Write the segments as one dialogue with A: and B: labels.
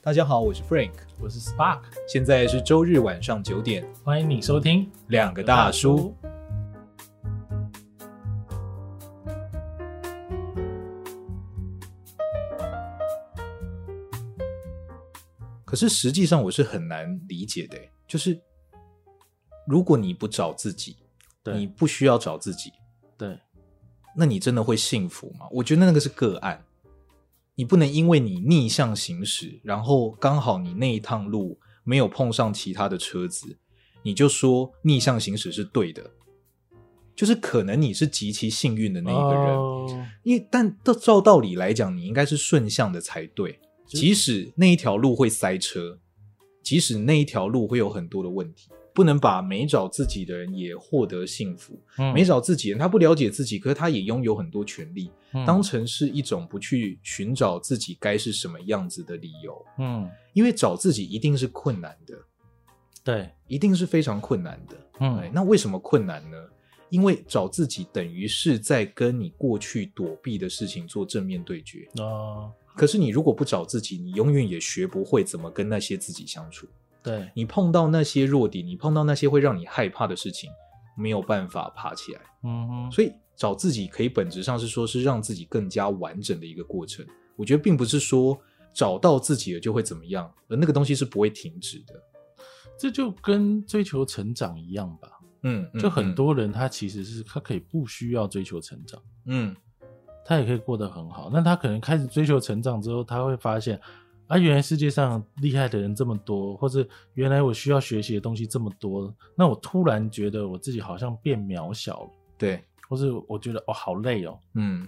A: 大家好，我是 Frank，
B: 我是 Spark，
A: 现在是周日晚上九点，
B: 欢迎你收听
A: 两个大叔。可是实际上我是很难理解的，就是如果你不找自己，
B: 对
A: 你不需要找自己，
B: 对
A: 那你真的会幸福吗？我觉得那个是个案，你不能因为你逆向行驶，然后刚好你那一趟路没有碰上其他的车子，你就说逆向行驶是对的，就是可能你是极其幸运的那一个人，
B: 哦
A: 因为但照照道理来讲，你应该是顺向的才对，
B: 就
A: 即使那一条路会塞车，即使那一条路会有很多的问题，不能把没找自己的人也获得幸福。
B: 嗯
A: 没找自己人，他不了解自己，可是他也拥有很多权利，
B: 嗯
A: 当成是一种不去寻找自己该是什么样子的理由，
B: 嗯
A: 因为找自己一定是困难的，
B: 对
A: 一定是非常困难的。
B: 嗯
A: 哎那为什么困难呢？因为找自己等于是在跟你过去躲避的事情做正面对决。
B: 哦
A: 可是你如果不找自己，你永远也学不会怎么跟那些自己相处。
B: 对
A: 你碰到那些弱点，你碰到那些会让你害怕的事情，没有办法爬起来。
B: 嗯哼
A: 所以找自己可以本质上是说是让自己更加完整的一个过程。我觉得并不是说找到自己了就会怎么样，而那个东西是不会停止的。
B: 这就跟追求成长一样吧，
A: 嗯，嗯
B: 就很，多人他其实是他可以不需要追求成长，
A: 嗯
B: 他也可以过得很好。那他可能开始追求成长之后，他会发现啊，原来世界上厉害的人这么多，或者原来我需要学习的东西这么多，那我突然觉得我自己好像变渺小了，
A: 对，
B: 或是我觉得哦好累哦，
A: 嗯，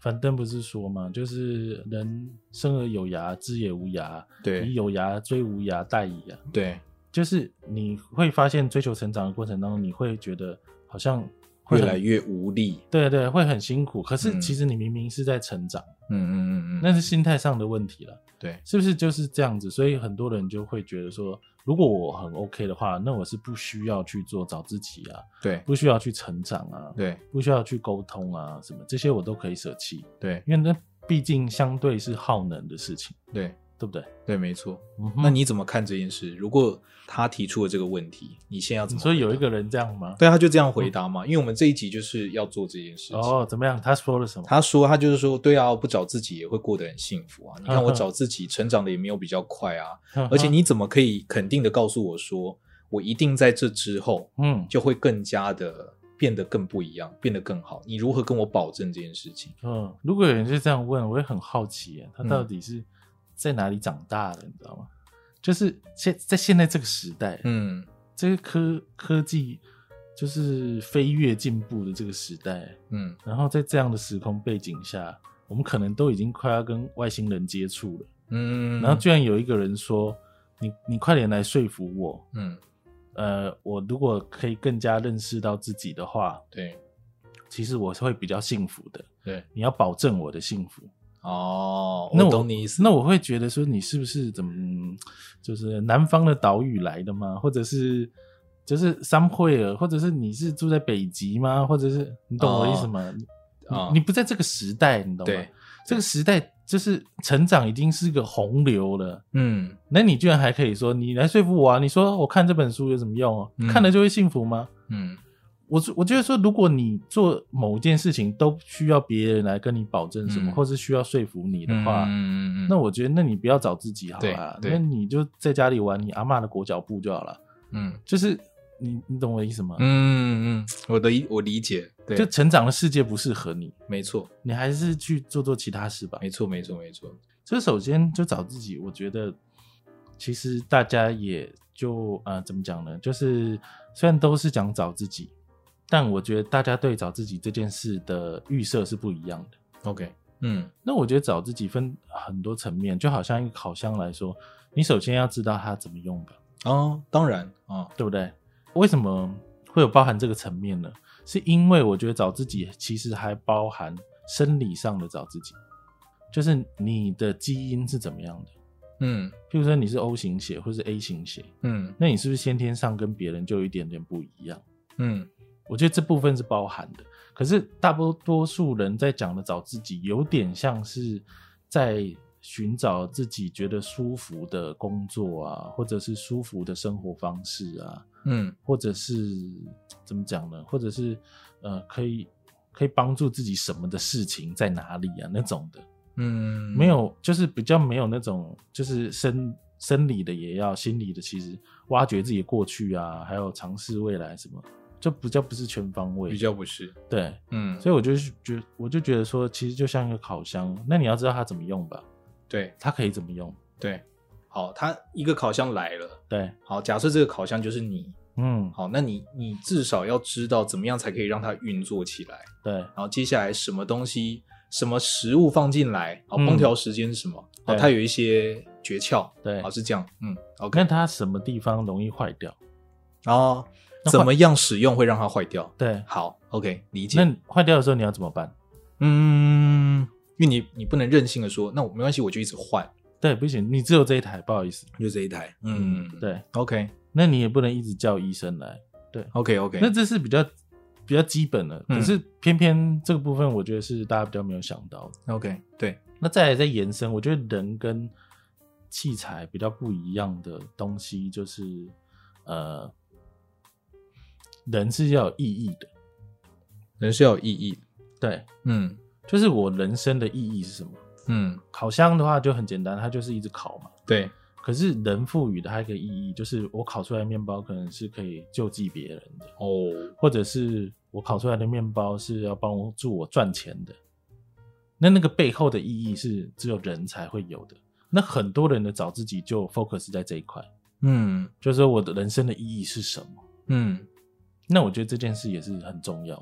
B: 樊登不是说嘛，就是人生而有涯，知也无涯，以
A: 对
B: 有涯追无涯，殆矣啊。
A: 对，
B: 就是你会发现，追求成长的过程当中，你会觉得好像会
A: 越
B: 很
A: 来越无力。
B: 对对，会很辛苦。可是
A: 嗯
B: 其实你明明是在成长，
A: 嗯嗯嗯嗯，
B: 那是心态上的问题了，
A: 对，
B: 是不是就是这样子？所以很多人就会觉得说，如果我很 OK 的话，那我是不需要去做找自己啊，
A: 对
B: 不需要去成长啊，
A: 对
B: 不需要去沟通啊，什么这些我都可以舍弃。
A: 对
B: 因为那毕竟相对是耗能的事情，
A: 对
B: 对不对？
A: 对，没错。
B: 嗯
A: 那你怎么看这件事？如果他提出了这个问题，你现在要怎么回
B: 所
A: 答？
B: 以有一个人这样吗？
A: 对，他就这样回答嘛，因为我们这一集就是要做这件事情。
B: 哦，怎么样？他说了什么？
A: 他说他就是说，对啊，不找自己也会过得很幸福啊。你看我
B: 嗯哼
A: 找自己成长的也没有比较快啊，
B: 嗯
A: 而且你怎么可以肯定的告诉我说，我一定在这之后
B: 嗯
A: 就会更加的变得更不一样，变得更好？你如何跟我保证这件事情？
B: 嗯，如果有人是这样问，我也很好奇耶，他
A: 嗯
B: 到底是在哪里长大的，你知道吗？就是现在现在这个时代，
A: 嗯，
B: 这个科科技就是飞跃进步的这个时代，
A: 嗯，
B: 然后在这样的时空背景下，我们可能都已经快要跟外星人接触了，
A: 嗯，
B: 然后居然有一个人说：“你你快点来说服我，
A: 嗯，
B: 呃，我如果可以更加认识到自己的话，
A: 对
B: 其实我是会比较幸福的。
A: 对，
B: 你要保证我的幸福。
A: 哦，
B: 那
A: 我
B: 我
A: 懂你意思，
B: 那我会觉得说，你是不是怎么嗯就是南方的岛屿来的吗？或者是就是桑惠尔，或者是你是住在北极吗？或者是你懂我的意思吗？你
A: 哦
B: 你不在这个时代，你懂吗
A: 对？
B: 这个时代就是成长已经是个洪流了。
A: 嗯，
B: 那你居然还可以说你来说服我啊？你说我看这本书有什么用哦？
A: 嗯
B: 看了就会幸福吗？
A: 嗯
B: 我是我觉得说，如果你做某件事情都需要别人来跟你保证什么，
A: 嗯
B: 或是需要说服你的
A: 嗯，
B: 话，
A: 嗯嗯嗯，
B: 那我觉得那你不要找自己好了，
A: 对对
B: 那你就在家里玩你阿嬷的裹脚布就好了。
A: 嗯
B: 就是你你懂我的意思吗？
A: 嗯嗯嗯，我的我理解，对，
B: 啊就成长的世界不适合你，
A: 没错，
B: 你还是去做做其他事吧。
A: 没错，没错，没错，
B: 就首先就找自己，我觉得其实大家也就呃怎么讲呢？就是虽然都是讲找自己，但我觉得大家对找自己这件事的预设是不一样的。
A: ，OK，嗯
B: 那我觉得找自己分很多层面，就好像一个烤箱来说，你首先要知道它怎么用吧，
A: 哦，当然啊、哦
B: 对不对？为什么会有包含这个层面呢？是因为我觉得找自己其实还包含生理上的找自己，就是你的基因是怎么样的。
A: 嗯
B: 譬如说你是 O 型血或是 A 型血，
A: 嗯
B: 那你是不是先天上跟别人就有一点点不一样？
A: 嗯
B: 我觉得这部分是包含的。可是大多多数人在讲的找自己，有点像是在寻找自己觉得舒服的工作啊，或者是舒服的生活方式啊，
A: 嗯，
B: 或者是怎么讲呢？或者是呃，可以可以帮助自己什么的事情在哪里啊？那种的，
A: 嗯，
B: 没有，就是比较没有那种，就是生生理的也要，心理的其实挖掘自己的过去啊，还有尝试未来什么，就比较不是全方位，
A: 比较不是，
B: 对。
A: 嗯，
B: 所以我就是觉，我就觉得说，其实就像一个烤箱，那你要知道它怎么用吧，
A: 对
B: 它可以怎么用，
A: 对，好，它一个烤箱来了，
B: 对，
A: 好，假设这个烤箱就是你，
B: 嗯，
A: 好，那你你至少要知道怎么样才可以让它运作起来，
B: 对，
A: 然后接下来什么东西、什么食物放进来，好，
B: 嗯
A: 烹调时间是什么，好，
B: 对
A: 它有一些诀窍，
B: 对
A: 好，是这样，嗯，OK，
B: 看它什么地方容易坏掉，
A: 然后
B: 那
A: 怎
B: 换
A: 么样使用会让它坏掉？
B: 对，
A: 好，OK，理解
B: 那。你坏掉的时候你要怎么办？
A: 嗯，因为你你不能任性的说，那我没关系，我就一直换，
B: 对，不行，你只有这一台，不好意思，
A: 就这一台。嗯，
B: 对，
A: ，OK
B: 那你也不能一直叫医生来，
A: OK OK，
B: 那这是比较比较基本的，
A: 嗯
B: 可是偏偏这个部分我觉得是大家比较没有想到的。
A: 那 OK 对，
B: 那再来再延伸，我觉得人跟器材比较不一样的东西就是，呃，人是要有意义的，
A: 人是要有意义的。
B: 对，
A: 嗯
B: 就是我人生的意义是什么？
A: 嗯，
B: 烤箱的话就很简单，它就是一直烤嘛。
A: 对，
B: 可是人赋予的它一个意义，就是我烤出来的面包可能是可以救济别人的，
A: 哦，
B: 或者是我烤出来的面包是要帮助我赚钱的。那那个背后的意义是只有人才会有的。那很多人的找自己就 focus 在这一块，
A: 嗯
B: 就是说我的人生的意义是什么？
A: 嗯
B: 那我觉得这件事也是很重要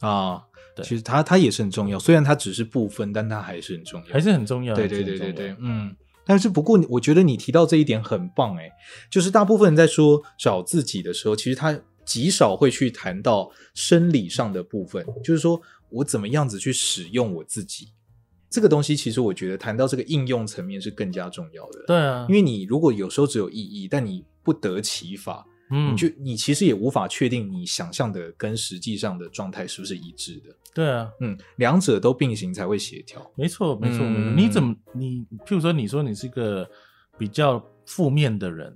B: 的，
A: 啊，
B: 对
A: 其实它它也是很重要，虽然它只是部分，但它还是很重要，
B: 还是很重要。
A: 对对
B: 还是
A: 对
B: 很
A: 对
B: 重
A: 对，，
B: 要
A: 嗯。但是不过你，我觉得你提到这一点很棒诶，就是大部分人在说找自己的时候，其实他极少会去谈到生理上的部分，就是说我怎么样子去使用我自己这个东西。其实我觉得谈到这个应用层面是更加重要的，
B: 对啊，
A: 因
B: 为
A: 为你如果有时候只有意义，但你不得其法，
B: 嗯，
A: 你就你其实也无法确定你想象的跟实际上的状态是不是一致的。
B: 对啊，
A: 嗯，两者都并行才会协调。
B: 没错，没错。
A: 嗯
B: 你怎么你，譬如说，你说你是个比较负面的人，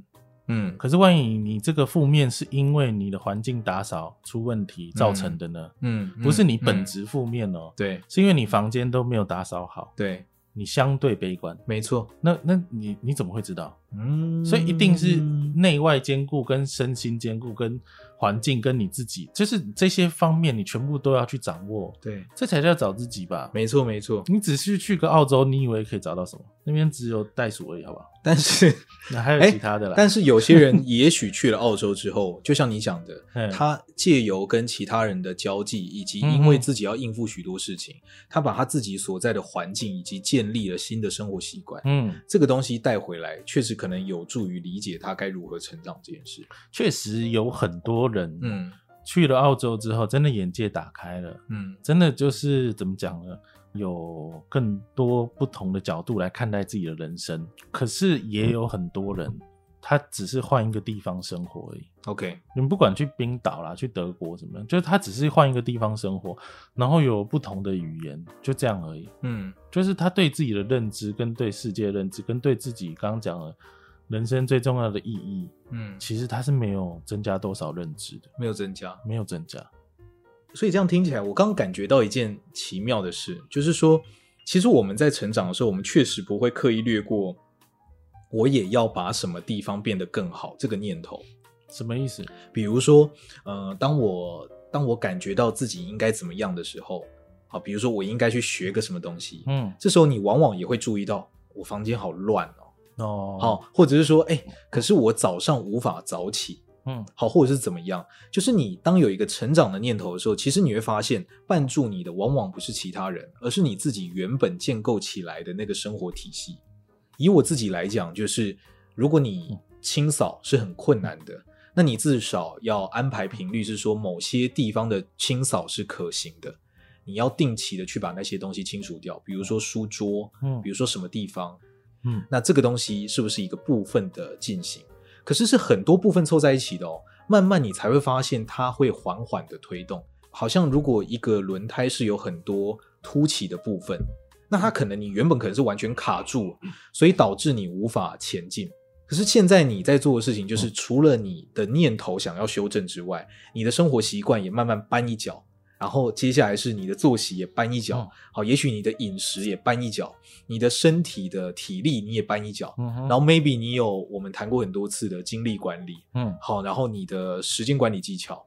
A: 嗯
B: 可是万一你这个负面是因为你的环境打扫出问题造成的呢？
A: 嗯，
B: 不是你
A: 嗯
B: 本
A: 嗯
B: 质负面哦，
A: 对
B: 是因为你房间都没有打扫好，
A: 对，
B: 你相对悲观。
A: 没错。
B: 那那你你怎么会知道？
A: 嗯
B: 所以一定 是内外兼顾，跟身心兼顾，跟环境，跟你自己，就是这些方面你全部都要去掌握，
A: 对，
B: 这才叫找自己吧。
A: 没错没错。
B: 你只是去个澳洲，你以为可以找到什么？那边只有袋鼠而已，好不好？
A: 但是
B: 那还有
A: 哎
B: 其他的啦。
A: 但是有些人也许去了澳洲之后，就像你讲的，
B: 嗯
A: 他借由跟其他人的交际，以及
B: 嗯
A: 因为
B: 嗯
A: 自己要应付许多事情，他把他自己所在的环境以及建立了新的生活习惯。
B: 嗯，
A: 这个东西带回来，确实可能有助于理解他该如何成长这件事。
B: 确实有很多人，嗯，
A: 嗯
B: 去了澳洲之后，真的眼界打开了，
A: 嗯，
B: 真的就是怎么讲呢？有更多不同的角度来看待自己的人生。可是也有很多人，他只是换一个地方生活而已。
A: OK，
B: 你们不管去冰岛啦，去德国怎么样，就是他只是换一个地方生活，然后有不同的语言，就这样而已。
A: 嗯
B: 就是他对自己的认知、跟对世界的认知、跟对自己刚刚讲的人生最重要的意义，
A: 嗯，
B: 其实他是没有增加多少认知的，
A: 没有增加。
B: 没有增加。
A: 所以这样听起来，我刚感觉到一件奇妙的事，就是说，其实我们在成长的时候，我们确实不会刻意略过“我也要把什么地方变得更好”这个念头。
B: 什么意思？
A: 比如说，呃，当我当我感觉到自己应该怎么样的时候，好，比如说我应该去学个什么东西，
B: 嗯，
A: 这时候你往往也会注意到我房间好乱哦，
B: 哦，
A: 好，，或者是说，哎，可是我早上无法早起，
B: 嗯，
A: 好，或者是怎么样，就是你当有一个成长的念头的时候，其实你会发现，伴住你的往往不是其他人，而是你自己原本建构起来的那个生活体系。以我自己来讲，就是如果你清扫是很困难的，那你至少要安排频率，是说某些地方的清扫是可行的。你要定期的去把那些东西清除掉，比如说书桌，
B: 嗯
A: 比如说什么地方，
B: 嗯，
A: 那这个东西是不是一个部分的进行？可是是很多部分凑在一起的哦，慢慢你才会发现它会缓缓的推动。好像如果一个轮胎是有很多凸起的部分，那它可能你原本可能是完全卡住，所以导致你无法前进。可是现在你在做的事情，
B: 嗯
A: 就是除了你的念头想要修正之外，你的生活习惯也慢慢搬一脚，然后接下来是你的作息也搬一脚
B: 嗯，
A: 好，也许你的饮食也搬一脚，你的身体的体力你也搬一脚，
B: 嗯哼，
A: 然后 maybe 你有我们谈过很多次的精力管理，
B: 嗯
A: 好，然后你的时间管理技巧，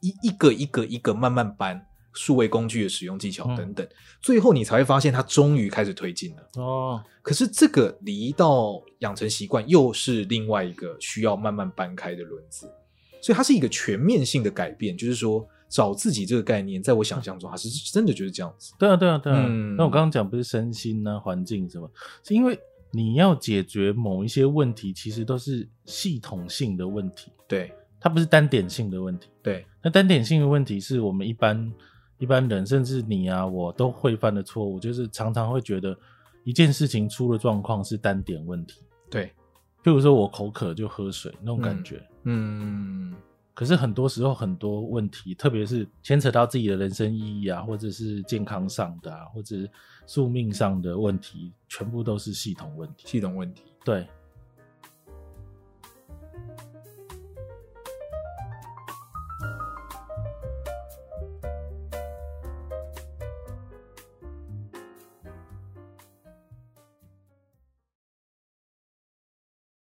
A: 一一个一个一个慢慢搬，数位工具的使用技巧
B: 嗯
A: 等等，最后你才会发现它终于开始推进了。
B: 哦，
A: 可是这个离到养成习惯又是另外一个需要慢慢搬开的轮子，所以它是一个全面性的改变，就是说找自己这个概念，在我想象中，它是真的就是这样子。
B: 对啊对啊对啊。
A: 嗯
B: 那我刚刚讲不是身心啊、环境什么，是因为你要解决某一些问题，其实都是系统性的问题，
A: 对
B: 它不是单点性的问题。
A: 对
B: 那单点性的问题是我们一般一般人，甚至你啊，我都会犯的错误，就是常常会觉得一件事情出了状况是单点问题。
A: 对，
B: 譬如说我口渴就喝水那种感觉，
A: 嗯
B: 可是很多时候很多问题，特别是牵扯到自己的人生意义啊，或者是健康上的啊，或者是宿命上的问题，全部都是系统问题。
A: 系统问题。
B: 对，